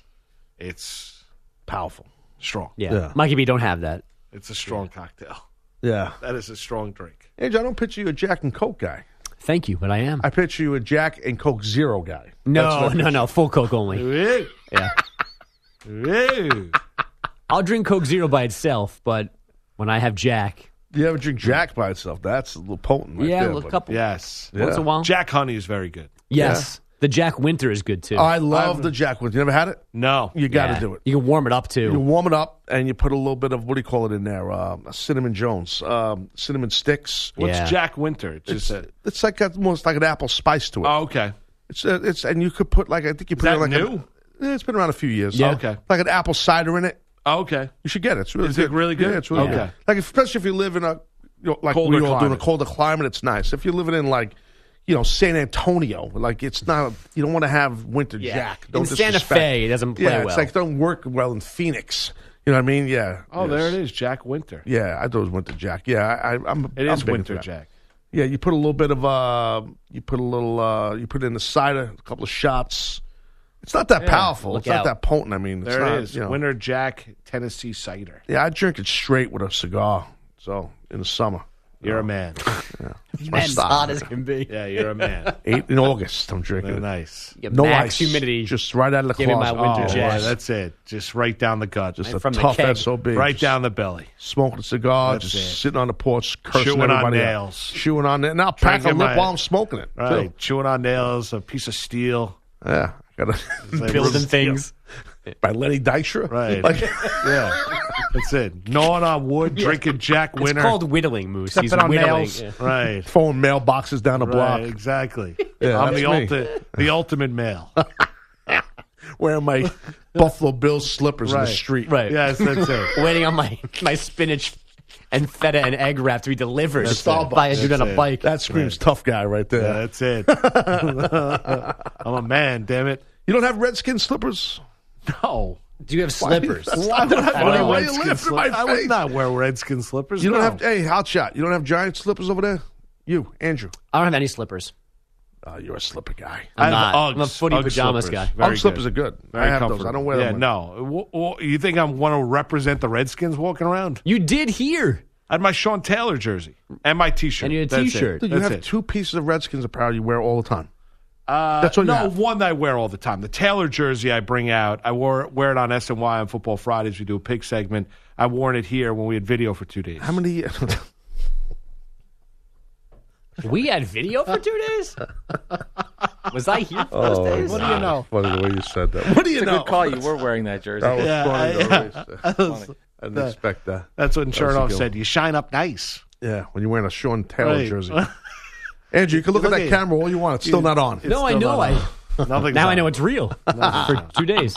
C: it's powerful, strong.
L: Yeah. Mikey B, don't have that.
C: it's a strong cocktail.
F: Yeah.
C: That is a strong drink.
F: Andrew, I don't picture you a Jack and Coke guy.
L: Thank you, but I am.
F: I picture you a Jack and Coke Zero guy. That's
L: No,
F: what I
L: no, no. Full Coke only. Yeah. I'll drink Coke Zero by itself, but when I have Jack,
F: You ever drink Jack by itself? That's a little potent. Right
L: Yeah,
F: there,
L: a little
F: but-
L: couple.
C: Yes.
F: Once in a while.
C: Jack Honey is very good.
L: yes, the Jack Winter is good too.
F: I love the Jack with. You never had it?
C: No.
F: You got to
L: Yeah.
F: do it.
L: You can warm it up too.
F: You warm it up and you put a little bit of what do you call it in there? Um, cinnamon Jones, um, cinnamon sticks.
C: What's
L: Yeah.
C: Jack Winter? It's just a,
F: It's like a, almost like an apple spice to it.
C: oh, okay.
F: It's uh, it's and you could put like I think you put
C: that
F: in like a-
C: new?
F: Yeah, it's been around a few years.
C: Yeah. Okay.
F: like an apple cider in it.
C: Oh, okay.
F: You should get it. It's really
C: Is it
F: good.
C: really good?
F: Yeah, it's really
C: Okay.
F: good. Like especially if you live in a you know, like
C: Colder
F: we all do in a
C: climate.
F: colder climate, it's nice. If you're living in like you know San Antonio, like it's not you don't want to have winter
L: Yeah.
F: jack.
L: In
F: Don't
L: Santa
F: disrespect.
L: Fe, it doesn't play
F: yeah,
L: well.
F: It's like it don't work well in Phoenix. You know what I mean? Yeah.
C: Oh, there it is. Jack Winter.
F: Yeah, I thought it was winter jack. Yeah, I, I, I'm.
C: It
F: I'm
C: is
F: big
C: Winter
F: into that.
C: Jack.
F: Yeah, you put a little bit of uh, you put a little uh, you put in the cider, a couple of shots. It's not that powerful.
L: look
F: It's not
L: out.
F: that potent. I mean, it's
C: There
F: not,
C: it is.
F: You know,
C: Winter Jack Tennessee cider.
F: yeah, I drink it straight with a cigar. So in the summer,
C: You're a man.
F: it's my style.
L: can be.
C: yeah, you're a man.
F: Eight in August, I'm drinking it.
C: nice.
L: Get
F: No
L: max
F: ice,
L: humidity.
F: just right out of the
L: Give me my
F: closet.
L: winter
C: Oh,
L: Jack.
C: boy, that's it. Just right down the gut.
F: Just a
L: from the
F: tough
L: keg.
F: sob.
C: right
F: Just
C: down the belly.
F: smoking a cigar,
C: That's
F: just
C: it.
F: sitting on the porch, cursing
C: Chewing on
F: everybody out.
C: nails.
F: chewing on it, and I'll pack a
C: Drinking
F: lip
C: my-
F: while I'm smoking it. too.
C: Right. Chewing on nails, a piece of steel.
F: Yeah, I gotta
C: like-
L: Building things.
F: by Lenny Dykstra.
C: Right.
F: Like,
C: Yeah. That's it. Gnawing on wood, drinking Jack
L: It's
C: Winter.
L: called whittling, Moose.
F: Except
L: He's
F: that on
L: whittling.
F: nails.
L: Yeah.
C: right.
F: throwing mailboxes down the
C: Right,
F: block.
C: exactly.
F: Yeah,
C: I'm
F: that's
C: the,
F: me.
C: ulti- the ultimate male.
F: wearing my Buffalo Bills slippers in
C: Right.
F: the street.
L: Right.
C: yes, that's it.
L: Waiting on my, my spinach and feta and egg wrap to be delivered
F: Starbucks.
L: by a dude on
C: That's
L: a
C: it.
L: bike.
F: That screams tough guy right there.
C: Yeah, that's it. I'm a man, damn it.
F: You don't have redskin slippers?
C: No.
L: Do you have slippers?
F: Why would I
L: I
F: wear
L: don't know.
F: redskin
C: Redskin
F: slippers?
C: slip- I would not wear redskin slippers.
F: You don't
C: no.
F: have hey hotshot. You don't have giant slippers over there. You Andrew.
L: I don't have any slippers.
F: Oh, you're a slipper guy.
L: I'm
C: I
L: not.
C: have Uggs.
L: I'm a footy
C: Ugg
L: pajamas
C: slippers.
L: guy.
C: Very
F: Ugg slippers
C: good.
F: are good.
C: Very
F: I have those.
C: comfortable.
F: I don't wear
C: yeah,
F: them.
C: no. W- w- you think I'm want to represent the Redskins walking around?
L: You did here.
C: I had my Sean Taylor jersey and my T-shirt.
L: And you had a
C: That's it.
L: t-shirt.
F: Dude, you
C: That's
F: have
C: it.
F: two pieces of Redskins apparel you wear all the time.
C: Uh,
F: That's what you
C: no
F: have.
C: one that I wear all the time. The Taylor jersey I bring out. I wore wear it on SNY on Football Fridays. We do a pig segment. I worn it here when we had video for two days.
F: How many?
L: We had video for two days? Was I here for those days?
F: do you know? Oh, Funny the way you said that. What do you
I: It's a
F: know?
I: good call. You were wearing that jersey.
F: That was
C: Yeah,
F: funny.
C: I-
F: the way you said- I, didn't
C: that-
F: expect that.
C: That's what
F: was a
C: Chernoff
F: good
C: said. You shine up nice.
F: Yeah, when you're wearing a Sean Taylor
C: Right.
F: jersey. Andrew, you can look at that
C: at it.
F: camera all you want. It's still not on.
L: No, I
C: Still
L: know.
C: not
L: I,
C: Nothing.
L: now I know it's real for two days.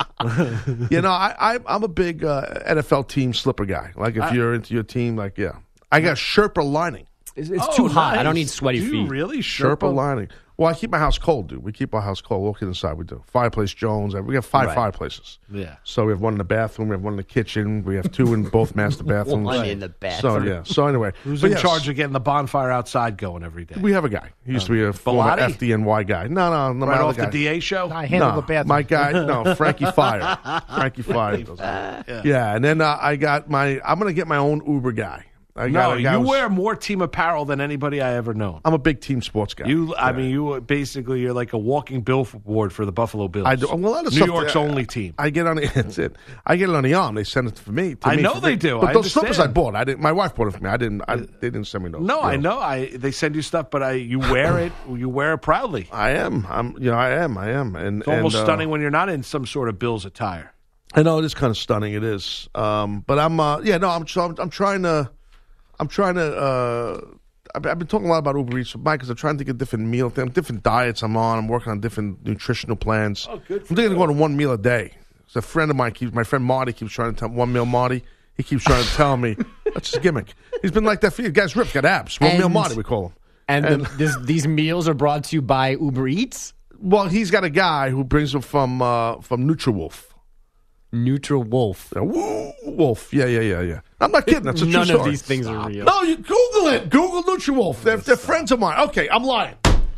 F: you know, I, I, I'm a big uh, NFL team slipper guy. Like, if you're into your team, like, yeah. I got Sherpa lining.
L: Oh, It's, it's too hot. I don't need sweaty
C: Oh, do you
L: feet.
C: Really,
F: Sherpa
C: Sherpa?
F: lining. Well, I keep my house cold, dude. We keep our house cold. Walking inside, we do. Fireplace Jones. We have five
C: Right.
F: fireplaces.
C: Yeah.
F: So we have one in the bathroom. We have one in the kitchen. We have two in both master bathrooms.
C: One in the
F: So
C: bathroom.
F: yeah. So anyway,
C: Who's
F: but
C: in
F: yes,
C: charge of getting the bonfire outside going every day?
F: We have a guy. He used to be a former
C: Bellotti?
F: FDNY guy. No, no, no. my
C: right
F: other
C: off
F: guy.
C: the DA show? I
F: no, My guy, no, Frankie Fire. Frankie Fire. does that. yeah. and then uh, I got my. I'm gonna get my own Uber guy. I got
C: no,
F: a guy
C: you
F: who's-
C: wear more team apparel than anybody I ever known.
F: I'm a big team sports guy.
C: You, I mean, you are basically you're like a walking billboard for the Buffalo Bills.
F: I do. Well, a lot of
C: New
F: stuff
C: York's
F: that-
C: only team.
F: I get on the that's it. I get it on the arm. They send it for me. to
C: I
F: me
C: know
F: for
C: they
F: free.
C: do.
F: But
C: I
F: those slippers I
C: understand.
F: bought, I didn't. My wife bought it for me. I didn't. I, they didn't send me those.
C: No, I
F: those.
C: know. I they send you stuff, but I you wear it. You wear it proudly.
F: I am. I'm. You know, I am. I am. And
C: It's almost
F: and, uh,
C: stunning when you're not in some sort of Bills attire.
F: I know it is kind of stunning. It is, um, but I'm uh, yeah no I'm, tr- I'm I'm trying to I'm trying to uh, I've, I've been talking a lot about Uber Eats with Mike because I'm trying to get different meal thing, different diets I'm on. I'm working on different nutritional plans. Oh, good. I'm thinking of going to one meal a day. 'Cause a friend of mine keeps my friend Marty keeps trying to tell one meal Marty. He keeps trying to tell me that's his gimmick. He's been like that for years. Guys, ripped got abs. One meal
L: And-
F: Marty we call him.
L: And, the, this, these meals are brought to you by Uber Eats.
F: Well, he's got a guy who brings him from uh, from NutriWolf.
L: NutriWolf.
F: Woo, wolf. Yeah, yeah, yeah, yeah. I'm not kidding. That's a true
L: None
F: story.
L: of these things are real.
F: No, you Google it. Google NutriWolf. They're, they're friends of mine. Okay, I'm lying.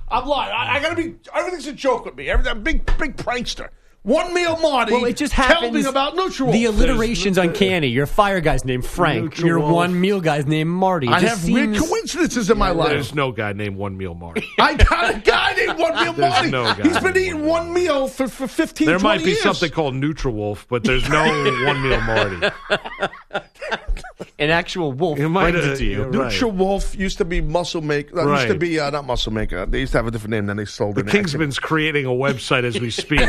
F: I'm lying. I, I gotta be. Everything's a joke with me. Everything. I'm a big, big prankster. One meal, Marty.
L: Well, it just
F: Tell
L: happens.
F: me about NutriWolf.
L: The alliteration's uncanny. Your fire guy's named Frank. Your
F: Nutriwolf.
L: one meal guy's named Marty. It
F: I
L: just
F: have weird
L: seems-
F: coincidences in my life.
C: There's no guy named One Meal Marty.
F: I got a guy named One Meal
C: There's
F: Marty.
C: no guy
F: He's been
C: named
F: eating one meal for, for 15,
C: There might
F: 20
C: be
F: years.
C: something called NutriWolf, but there's no One Meal Marty.
L: An actual wolf
C: It might
L: brings it
C: have-
L: to you.
C: you're right.
F: NutriWolf used to be Muscle Maker. uh, Used to
C: Right.
F: be uh, not Muscle Maker. They used to have a different name. Then they sold
C: The
F: it.
C: Kingsman's creating a website as we speak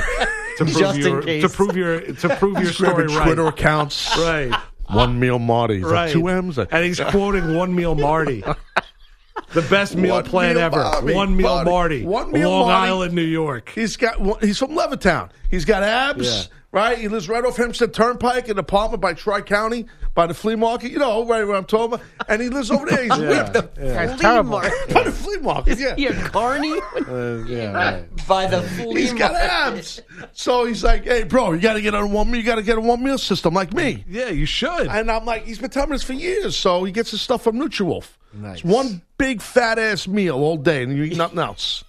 C: to prove
L: Just in
C: your
L: case.
C: to prove your to prove your
F: He's grabbing
C: story
F: Twitter
C: right.
F: accounts.
C: Right,
F: One meal Marty. Is that
C: right.
F: two M's?
C: and he's quoting One Meal Marty. The best meal
F: One
C: plan
F: Meal
C: ever.
F: Bobby,
C: one meal
F: Marty.
C: Marty.
F: One Meal
C: Long
F: Marty.
C: Island, New York.
F: He's got. one- He's from Levittown. He's got abs, right? He lives right off Hempstead Turnpike, an apartment by Tri County, by the flea market. You know, right where I'm talking about. And he lives over there. He's whipped the
L: It's terrible. Uh,
F: by the flea market. Yeah,
L: You're carny by the flea
F: he's got
L: market.
F: abs. So he's like, "Hey, bro, you got to get on one. meal. You got to get a one meal system like me."
C: Yeah, you should.
F: And I'm like, he's been telling me this for years. So he gets his stuff from NutriWolf. Nice. It's one big fat ass meal all day, and you eat nothing else.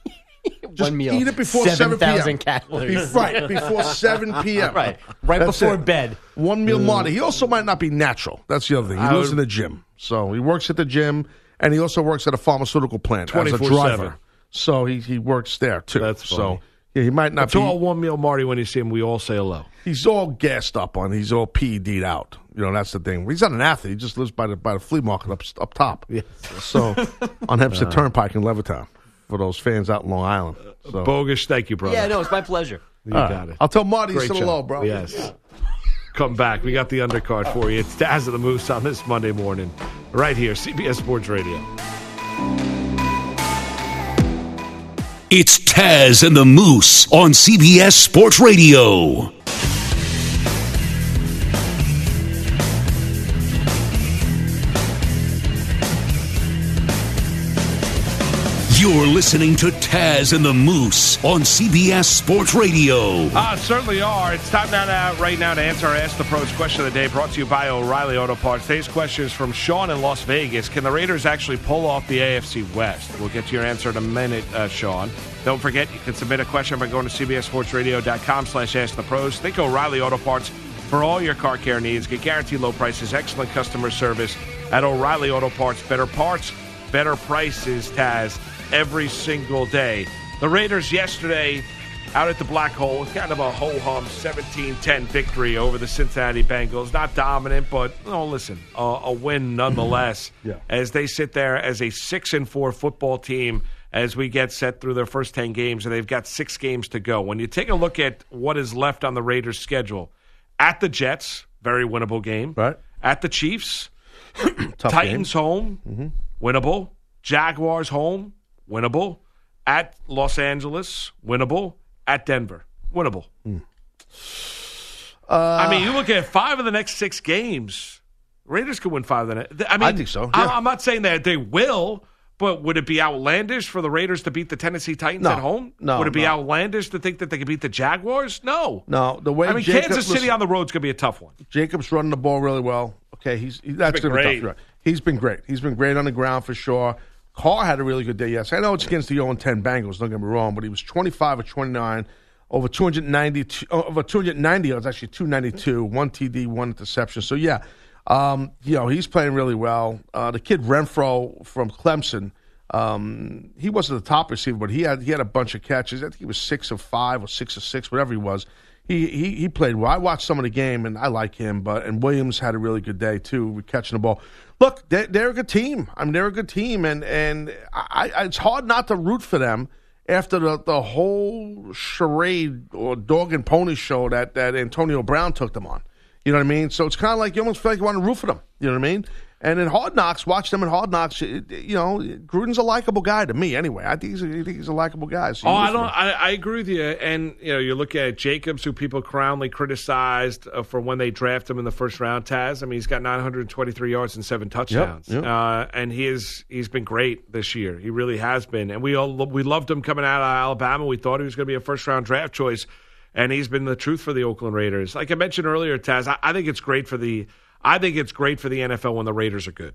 F: Just
L: One meal.
F: Eat it before 7 p.m.
L: 7,000 calories.
F: Be- Right, before 7 p.m.
L: Right. Right
F: That's
L: before
F: it.
L: bed. Mm.
F: One meal Marty. He also might not be natural. That's the other thing. He lives in the gym. So he works at the gym, and he also works at a pharmaceutical plant as a
C: 24/7.
F: driver. So he, he works there, too.
C: That's
F: So
C: funny.
F: yeah, he might not
C: To all
F: be.
C: One Meal Marty, when you see him, we all say hello.
F: He's all gassed up on. He's all PED'd out. You know, that's the thing. He's not an athlete. He just lives by the by the flea market up up top. Yeah. So on
C: Uh.
F: Hempstead Turnpike in Levittown for those fans out in Long Island. So.
C: Bogus. Thank you, brother.
L: Yeah, no, it's my pleasure.
C: You
F: All right.
C: Uh, got it.
F: I'll tell Marty you
C: Great
F: said
C: job.
F: hello, bro.
C: Yes. Come back. We got the undercard for you. It's Daz of the Moose on this Monday morning, right here, CBS Sports Radio.
D: It's Taz and the Moose on CBS Sports Radio. You're listening to Taz and the Moose on CBS Sports Radio.
C: Ah, it certainly are. It's time now to, right now to answer our Ask the Pros question of the day brought to you by O'Reilly Auto Parts. Today's question is from Sean in Las Vegas. Can the Raiders actually pull off the AFC West? We'll get to your answer in a minute, uh, Sean. Don't forget, you can submit a question by going to cbssportsradio.com slash ask the pros. Think O'Reilly Auto Parts for all your car care needs. Get guaranteed low prices, excellent customer service at O'Reilly Auto Parts. Better parts, better prices, Taz, every single day. The Raiders yesterday out at the black hole. It's kind of a ho hum 17 10 victory over the Cincinnati Bengals. Not dominant, but no, listen, a, a win nonetheless as they sit there as a 6 and 4 football team as we get set through their first 10 games, and they've got six games to go. When you take a look at what is left on the Raiders' schedule, at the Jets, very winnable game.
F: Right.
C: At the Chiefs,
F: Tough
C: Titans home,
F: Mm-hmm.
C: winnable. Jaguars home, winnable. At Los Angeles, winnable. At Denver, winnable.
F: Mm. Uh,
C: I mean, you look at five of the next six games. Raiders could win five of the next. I mean,
F: think so,
C: I-
F: yeah.
C: I'm not saying that they will, But would it be outlandish for the Raiders to beat the Tennessee Titans
F: No.
C: at home?
F: No,
C: Would it be
F: no.
C: outlandish to think that they could beat the Jaguars? No.
F: No, the way
C: I mean,
F: Jacob-
C: Kansas City
F: listen-
C: on the road's going to be a tough one.
F: Jacobs running the ball really well. Okay, he's he, that's
C: been
F: gonna be
C: great.
F: tough. He's been great. He's been great on the ground for sure. Carr had a really good day yesterday. I know it's against the 0 10 Bengals. Don't get me wrong, but he was 25 or 29 over 290 oh, over 290. It was actually 292, one TD, one interception. So yeah, um, you know he's playing really well. Uh, the kid Renfro from Clemson. Um, he wasn't the top receiver, but he had he had a bunch of catches. I think he was six of five or six of six, whatever he was. He he he played well. I watched some of the game and I like him, but and Williams had a really good day too, with catching the ball. Look, they're, they're a good team. I mean, they're a good team, and and I, I, it's hard not to root for them after the, the whole charade or dog and pony show that that Antonio Brown took them on. You know what I mean? So it's kind of like you almost feel like you want to root for them. You know what I mean? And in Hard Knocks, watch them in Hard Knocks. it- it- you know, Gruden's a likable guy to me, anyway. I think he's a, I think he's a likable guy. So
C: Oh,
F: you root
C: I
F: for
C: don't.
F: him.
C: I, I agree with you. And you know, you look at Jacobs, who people crownly criticized uh, for when they draft him in the first round. Taz, I mean, he's got 923 yards and seven touchdowns,
M: yep.
C: Uh, and he is he's been great this year. He really has been. And we all lo- we loved him coming out of Alabama. We thought he was going to be a first round draft choice, and he's been the truth for the Oakland Raiders. Like I mentioned earlier, Taz, I, I think it's great for the I think it's great for the NFL when the Raiders are good.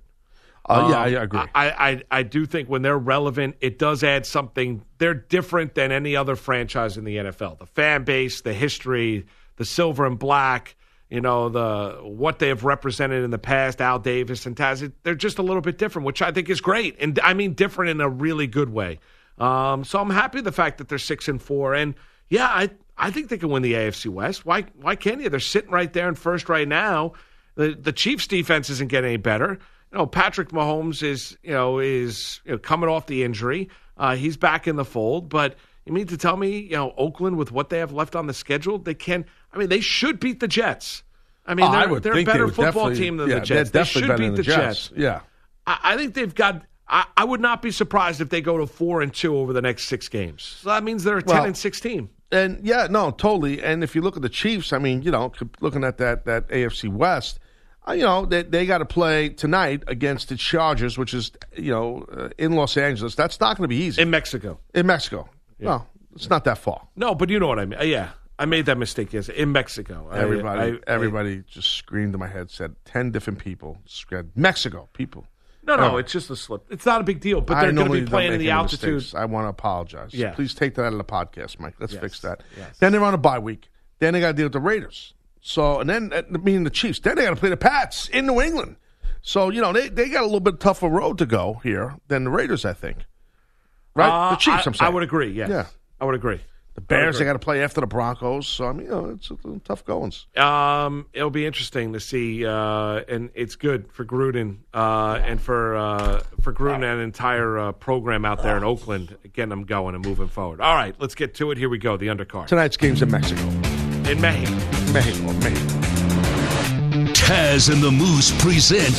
F: Uh,
C: Um,
F: yeah, I agree.
C: I, I I do think when they're relevant, it does add something. They're different than any other franchise in the NFL. The fan base, the history, the silver and black. You know the what they have represented in the past. Al Davis and Taz. it- They're just a little bit different, which I think is great, and I mean different in a really good way. Um, so I'm happy the fact that they're six and four, and yeah, I I think they can win the AFC West. Why why can't you? They're sitting right there in first right now. The the Chiefs defense isn't getting any better. You know, Patrick Mahomes is you know is you know, coming off the injury. Uh, he's back in the fold, but you mean to tell me you know Oakland with what they have left on the schedule, they can. I mean, they should beat the Jets. I mean,
F: Oh,
C: they're,
F: would
C: they're a
F: think they
C: better
F: would
C: football
F: definitely-
C: team than
F: yeah,
C: the Jets.
F: they're
C: They
F: definitely
C: should
F: better
C: beat
F: than
C: the Jets.
F: Yeah.
C: I, I think they've got. I, I would not be surprised if they go to four and two over the next six games. So that means they're a ten
F: Well,
C: and six team.
F: And yeah, no, totally. And if you look at the Chiefs, I mean, you know, c- looking at that that AFC West, uh, you know, they they got to play tonight against the Chargers, which is you know uh, in Los Angeles. That's not going to be easy
C: in Mexico.
F: In Mexico, no, it's not that far.
C: No, but you know what I mean. Uh, Yeah, I made that mistake. Yes, in Mexico, I-
F: Everybody,
C: I- I-
F: everybody just screamed in my head. Said ten different people. Said Mexico people.
C: no, no,
F: Oh.
C: it's just a slip. It's not a big deal. But
F: I
C: they're going to
F: normally
C: be
F: don't
C: playing
F: make
C: in the
F: any
C: altitude.
F: mistakes. I want to apologize.
C: Yeah.
F: Please take that out of the podcast, Mike. Let's
C: Yes.
F: fix that.
C: Yes.
F: Then they're on a bye week. Then they got to deal with the Raiders. So and then uh, meaning the Chiefs. Then they got to play the Pats in New England. So you know they, they got a little bit tougher road to go here than the Raiders. I think. Right,
C: Uh,
F: the Chiefs.
C: I,
F: am saying.
C: I would agree. Yes.
F: Yeah.
C: I would agree.
F: The Bears. They got to play after the Broncos. So I mean, you know, it's a little tough goings.
C: Um, it'll be interesting to see, uh, and it's good for Gruden uh, and for uh, for Gruden and an entire uh, program out there in Oakland. Again, I'm going and moving forward. All right, let's get to it. Here we go. The undercard
F: Tonight's game's in Mexico.
C: in Mexico.
F: Mexico, Mexico.
D: Taz and the Moose present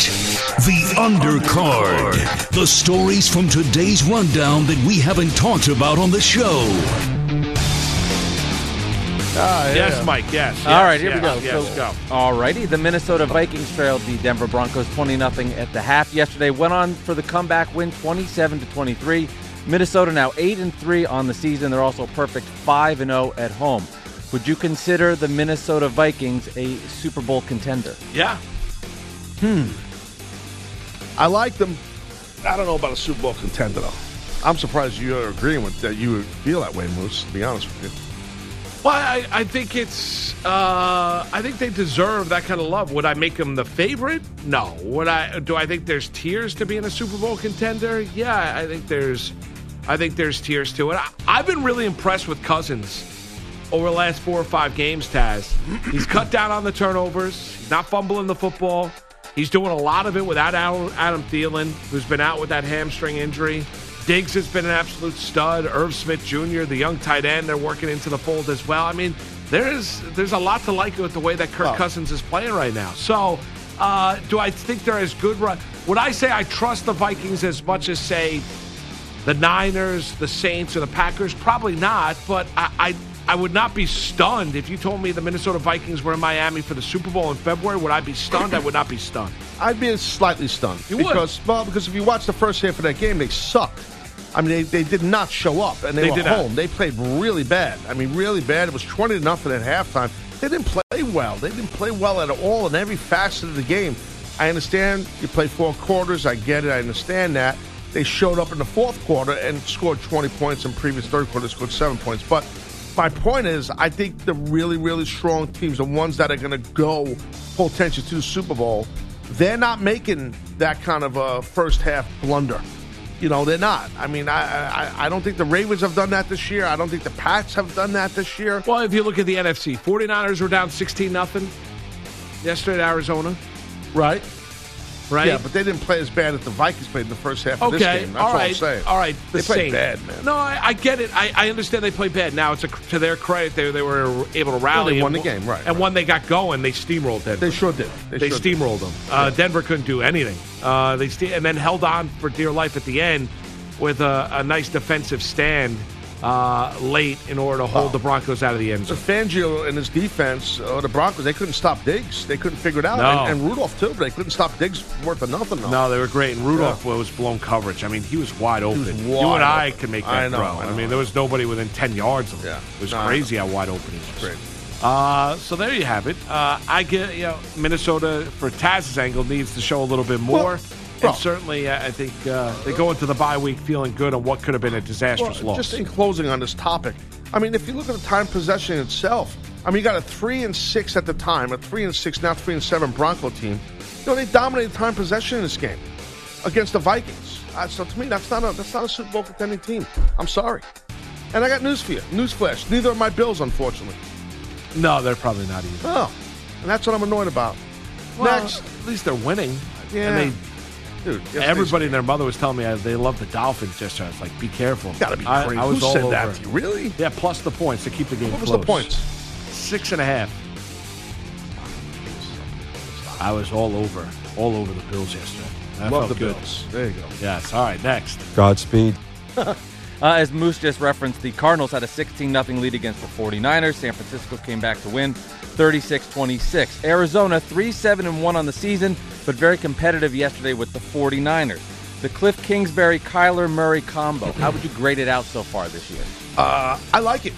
D: The Undercard. The stories from today's rundown that we haven't talked about on the show.
C: Yes, Mike. Yes.
M: Oh, All
C: yes,
M: right, here we go.
C: yes, Yes, go.
M: All righty. The Minnesota Vikings trailed the Denver Broncos 20 0 at the half yesterday. Went on for the comeback win 27 to 23. Minnesota now 8 and 3 on the season. They're also perfect 5 and 0 at home. Would you consider the Minnesota Vikings a Super Bowl contender?
C: Yeah.
F: Hmm. I like them. I don't know about a Super Bowl contender, though. I'm surprised you're agreeing with that. You would feel that way, Moose. To be honest with you,
C: Well, I, I think it's. Uh, I think they deserve that kind of love. Would I make them the favorite? No. Would I? Do I think there's tiers to being a Super Bowl contender? Yeah, I think there's. I think there's tiers to it. I, I've been really impressed with Cousins over the last four or five games. Taz, he's cut down on the turnovers. He's not fumbling the football. He's doing a lot of it without Adam, Adam Thielen, who's been out with that hamstring injury. Diggs has been an absolute stud. Irv Smith Jr., the young tight end, they're working into the fold as well. I mean, there's there's a lot to like with the way that Kirk
M: Well-
C: Cousins is playing right now. So, uh, do I think they're as good? Run- Would I say I trust the Vikings as much as say the Niners, the Saints, or the Packers? Probably not. But I I, I would not be stunned if you told me the Minnesota Vikings were in Miami for the Super Bowl in February. Would I be stunned? I would not be stunned.
F: I'd be slightly stunned.
C: You would.
F: because, Well, because if you watch the first half of that game, they sucked. I mean, they, they did not show up, and they,
C: They
F: were
C: did not.
F: home. They played really bad. I mean, really bad. It was 20 to nothing at halftime. They didn't play well. They didn't play well at all in every facet of the game. I understand you play four quarters. I get it. I understand that. They showed up in the fourth quarter and scored 20 points in previous third quarter, scored seven points. But my point is, I think the really, really strong teams, the ones that are going to go full attention to the Super Bowl, they're not making that kind of a first half blunder. You know, they're not. I mean, I, I I don't think the Ravens have done that this year. I don't think the Pats have done that this year.
C: Well, if you look at the NFC, 49ers were down 16 nothing yesterday at Arizona.
F: Right.
C: Right?
F: Yeah, but they didn't play as bad as the Vikings played in the first half of this
C: Okay,
F: game. That's
C: all
F: what I'm
C: right,
F: saying.
C: all right. The
F: they played
C: Saints.
F: bad, man.
C: No, I, I get it. I, I understand they played bad. Now it's a, to their credit they they were able to rally.
F: they won
C: and
F: the game, right,
C: And when they got going, they steamrolled Denver.
F: They sure did.
C: They,
F: sure did.
C: steamrolled them. Uh, Denver couldn't do anything. Uh, they ste- and then held on for dear life at the end with a, a nice defensive stand uh, late in order to hold the Broncos out of the end
F: So
C: zone.
F: Fangio and his defense, uh, the Broncos, they couldn't stop Diggs. They couldn't figure it out.
C: No.
F: And, and Rudolph, too, but they couldn't stop Diggs worth of nothing. though.
C: No, they were great. And Rudolph was blown coverage. I mean, he was wide open. you
F: wide
C: and I
F: open.
C: could make that
F: I know,
C: throw.
F: I
C: I,
F: know.
C: mean, there was nobody within 10 yards of him. It was
F: No, I know.
C: crazy how wide open he was. Uh, so there you have it. Uh, I get, you know, Minnesota, for Taz's angle, needs to show a little bit more. and certainly, uh, I think uh, they go into the bye week feeling good on what could have been a disastrous
F: Well,
C: loss.
F: Just in closing on this topic, I mean, if you look at the time possession itself, I mean, you got a three and six at the time, a three and six, now three and seven Bronco team. You know, they dominated time possession in this game against the Vikings. Uh, so to me, that's not a that's not a Super Bowl contending team. I'm sorry. And I got news for you. Newsflash: neither are my Bills, unfortunately.
C: no, they're probably not either.
F: Oh, and that's what I'm annoyed about.
C: Well,
F: Next,
C: at least they're winning.
F: Yeah.
C: And
F: they, Dude, yesterday's
C: everybody and their mother was telling me uh, they love the Dolphins yesterday. I was like, be careful.
F: Gotta be
C: I,
F: crazy.
C: I was
F: Who
C: all
F: said
C: over
F: that
C: it.
F: to you? Really?
C: Yeah, plus the points to keep the game
F: What was
C: close.
F: the points?
C: Six and a half. I was all over, all over the Bills yesterday. I
M: Love
C: felt
M: the
C: good.
M: Bills.
F: There you go.
C: Yes. All right. Next.
G: Godspeed.
M: uh, as Moose just referenced, the Cardinals had a 16 0 lead against the 49ers. San Francisco came back to win 36 26. Arizona 3 7 1 on the season, but very competitive yesterday with the 49ers. The Cliff Kingsbury Kyler Murray combo. How would you grade it out so far this year?
F: Uh, I like it.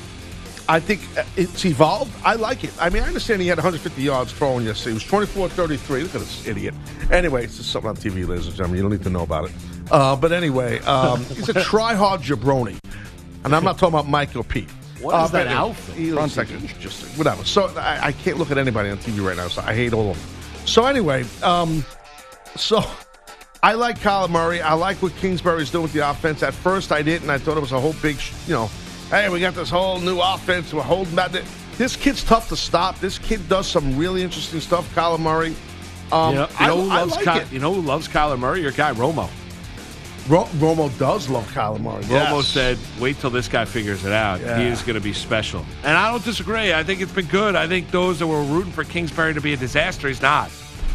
F: I think uh, it's evolved. I like it. I mean, I understand he had 150 yards throwing yesterday. He was 24 33. Look at this idiot. Anyway, it's just something on TV, ladies and gentlemen. You don't need to know about it. Uh, but anyway, um, he's a try hard jabroni. And I'm not talking about Mike or Pete. Uh,
C: What is that outfit?
F: He looks like a- just whatever. So I, I can't look at anybody on TV right now. So I hate all of them. So anyway, um, so I like Kyler Murray. I like what Kingsbury's doing with the offense. At first, I didn't. I thought it was a whole big, sh- you know, hey, we got this whole new offense. We're holding back. Th- This kid's tough to stop. This kid does some really interesting stuff. Kyler Murray. Um,
C: you know,
F: I,
C: you know who
F: I
C: loves
F: like
C: Ky-
F: it.
C: you know who loves Kyler Murray? Your guy Romo.
F: Ro- Romo does love Kyler Murray.
C: Romo
F: Yes.
C: said, "Wait till this guy figures it out.
F: Yeah.
C: He is going to be special." And I don't disagree. I think it's been good. I think those that were rooting for Kingsbury to be a disaster, he's not.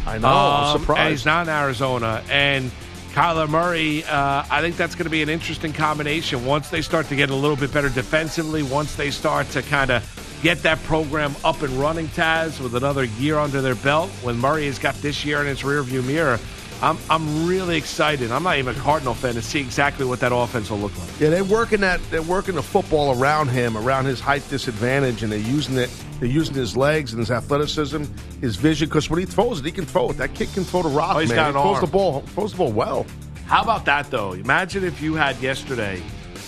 F: I know. I'm surprised.
C: Um, and he's not in Arizona. And Kyler Murray, uh, I think that's going to be an interesting combination. Once they start to get a little bit better defensively, once they start to kind of get that program up and running, Taz, with another year under their belt, when Murray has got this year in his rearview mirror. I'm, I'm really excited. I'm not even a Cardinal fan to see exactly what that offense will look like.
F: Yeah, they're working that. They're working the football around him, around his height disadvantage, and they're using it. They're using his legs and his athleticism, his vision. Because when he throws it, he can throw it. That kid can throw the rock.
C: Oh, he's
F: man.
C: got an
F: he throws
C: arm.
F: the ball. Throws the ball well.
C: How about that, though? Imagine if you had yesterday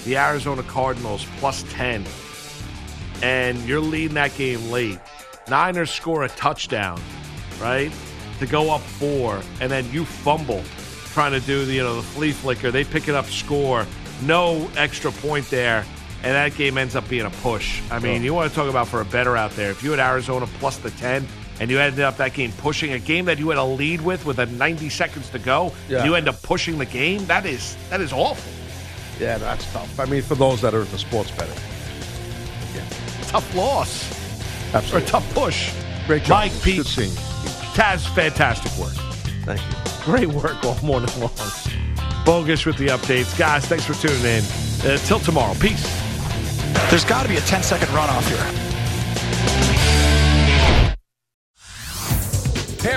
C: the Arizona Cardinals plus 10, and you're leading that game late. Niners score a touchdown, right? To go up four, and then you fumble trying to do the, you know, the flea flicker. They pick it up, score, no extra point there, and that game ends up being a push. I mean,
F: Yeah.
C: you want to talk about for a better out there. If you had Arizona plus the 10, and you ended up that game pushing a game that you had a lead with with a 90 seconds to go,
F: Yeah.
C: you end up pushing the game. That is that is awful.
F: Yeah, that's tough. I mean, for those that are into sports betting,
C: Tough loss.
F: Absolutely.
C: Or tough push.
F: Great job.
C: Mike Pete.
F: Good seeing you.
C: Taz, fantastic work.
F: Thank you.
C: Great work all morning long. Bogus with the updates. Guys, thanks for tuning in. Uh, till tomorrow. Peace.
F: There's got to be a 10 second runoff here.
H: Hey